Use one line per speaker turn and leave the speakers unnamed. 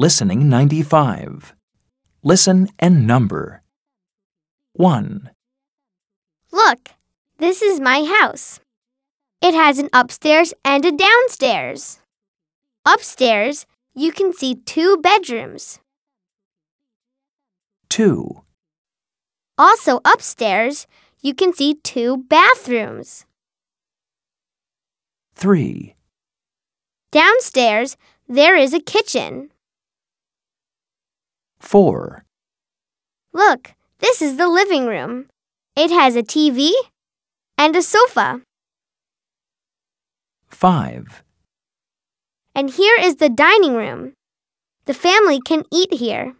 Listening 95. Listen and number. 1,
Look, this is my house. It has an upstairs and a downstairs. Upstairs, you can see two bedrooms.
2,
Also, upstairs, you can see two bathrooms.
3,
Downstairs, there is a kitchen.
4,
Look, this is the living room. It has a TV and a sofa.
5,
And here is the dining room. The family can eat here.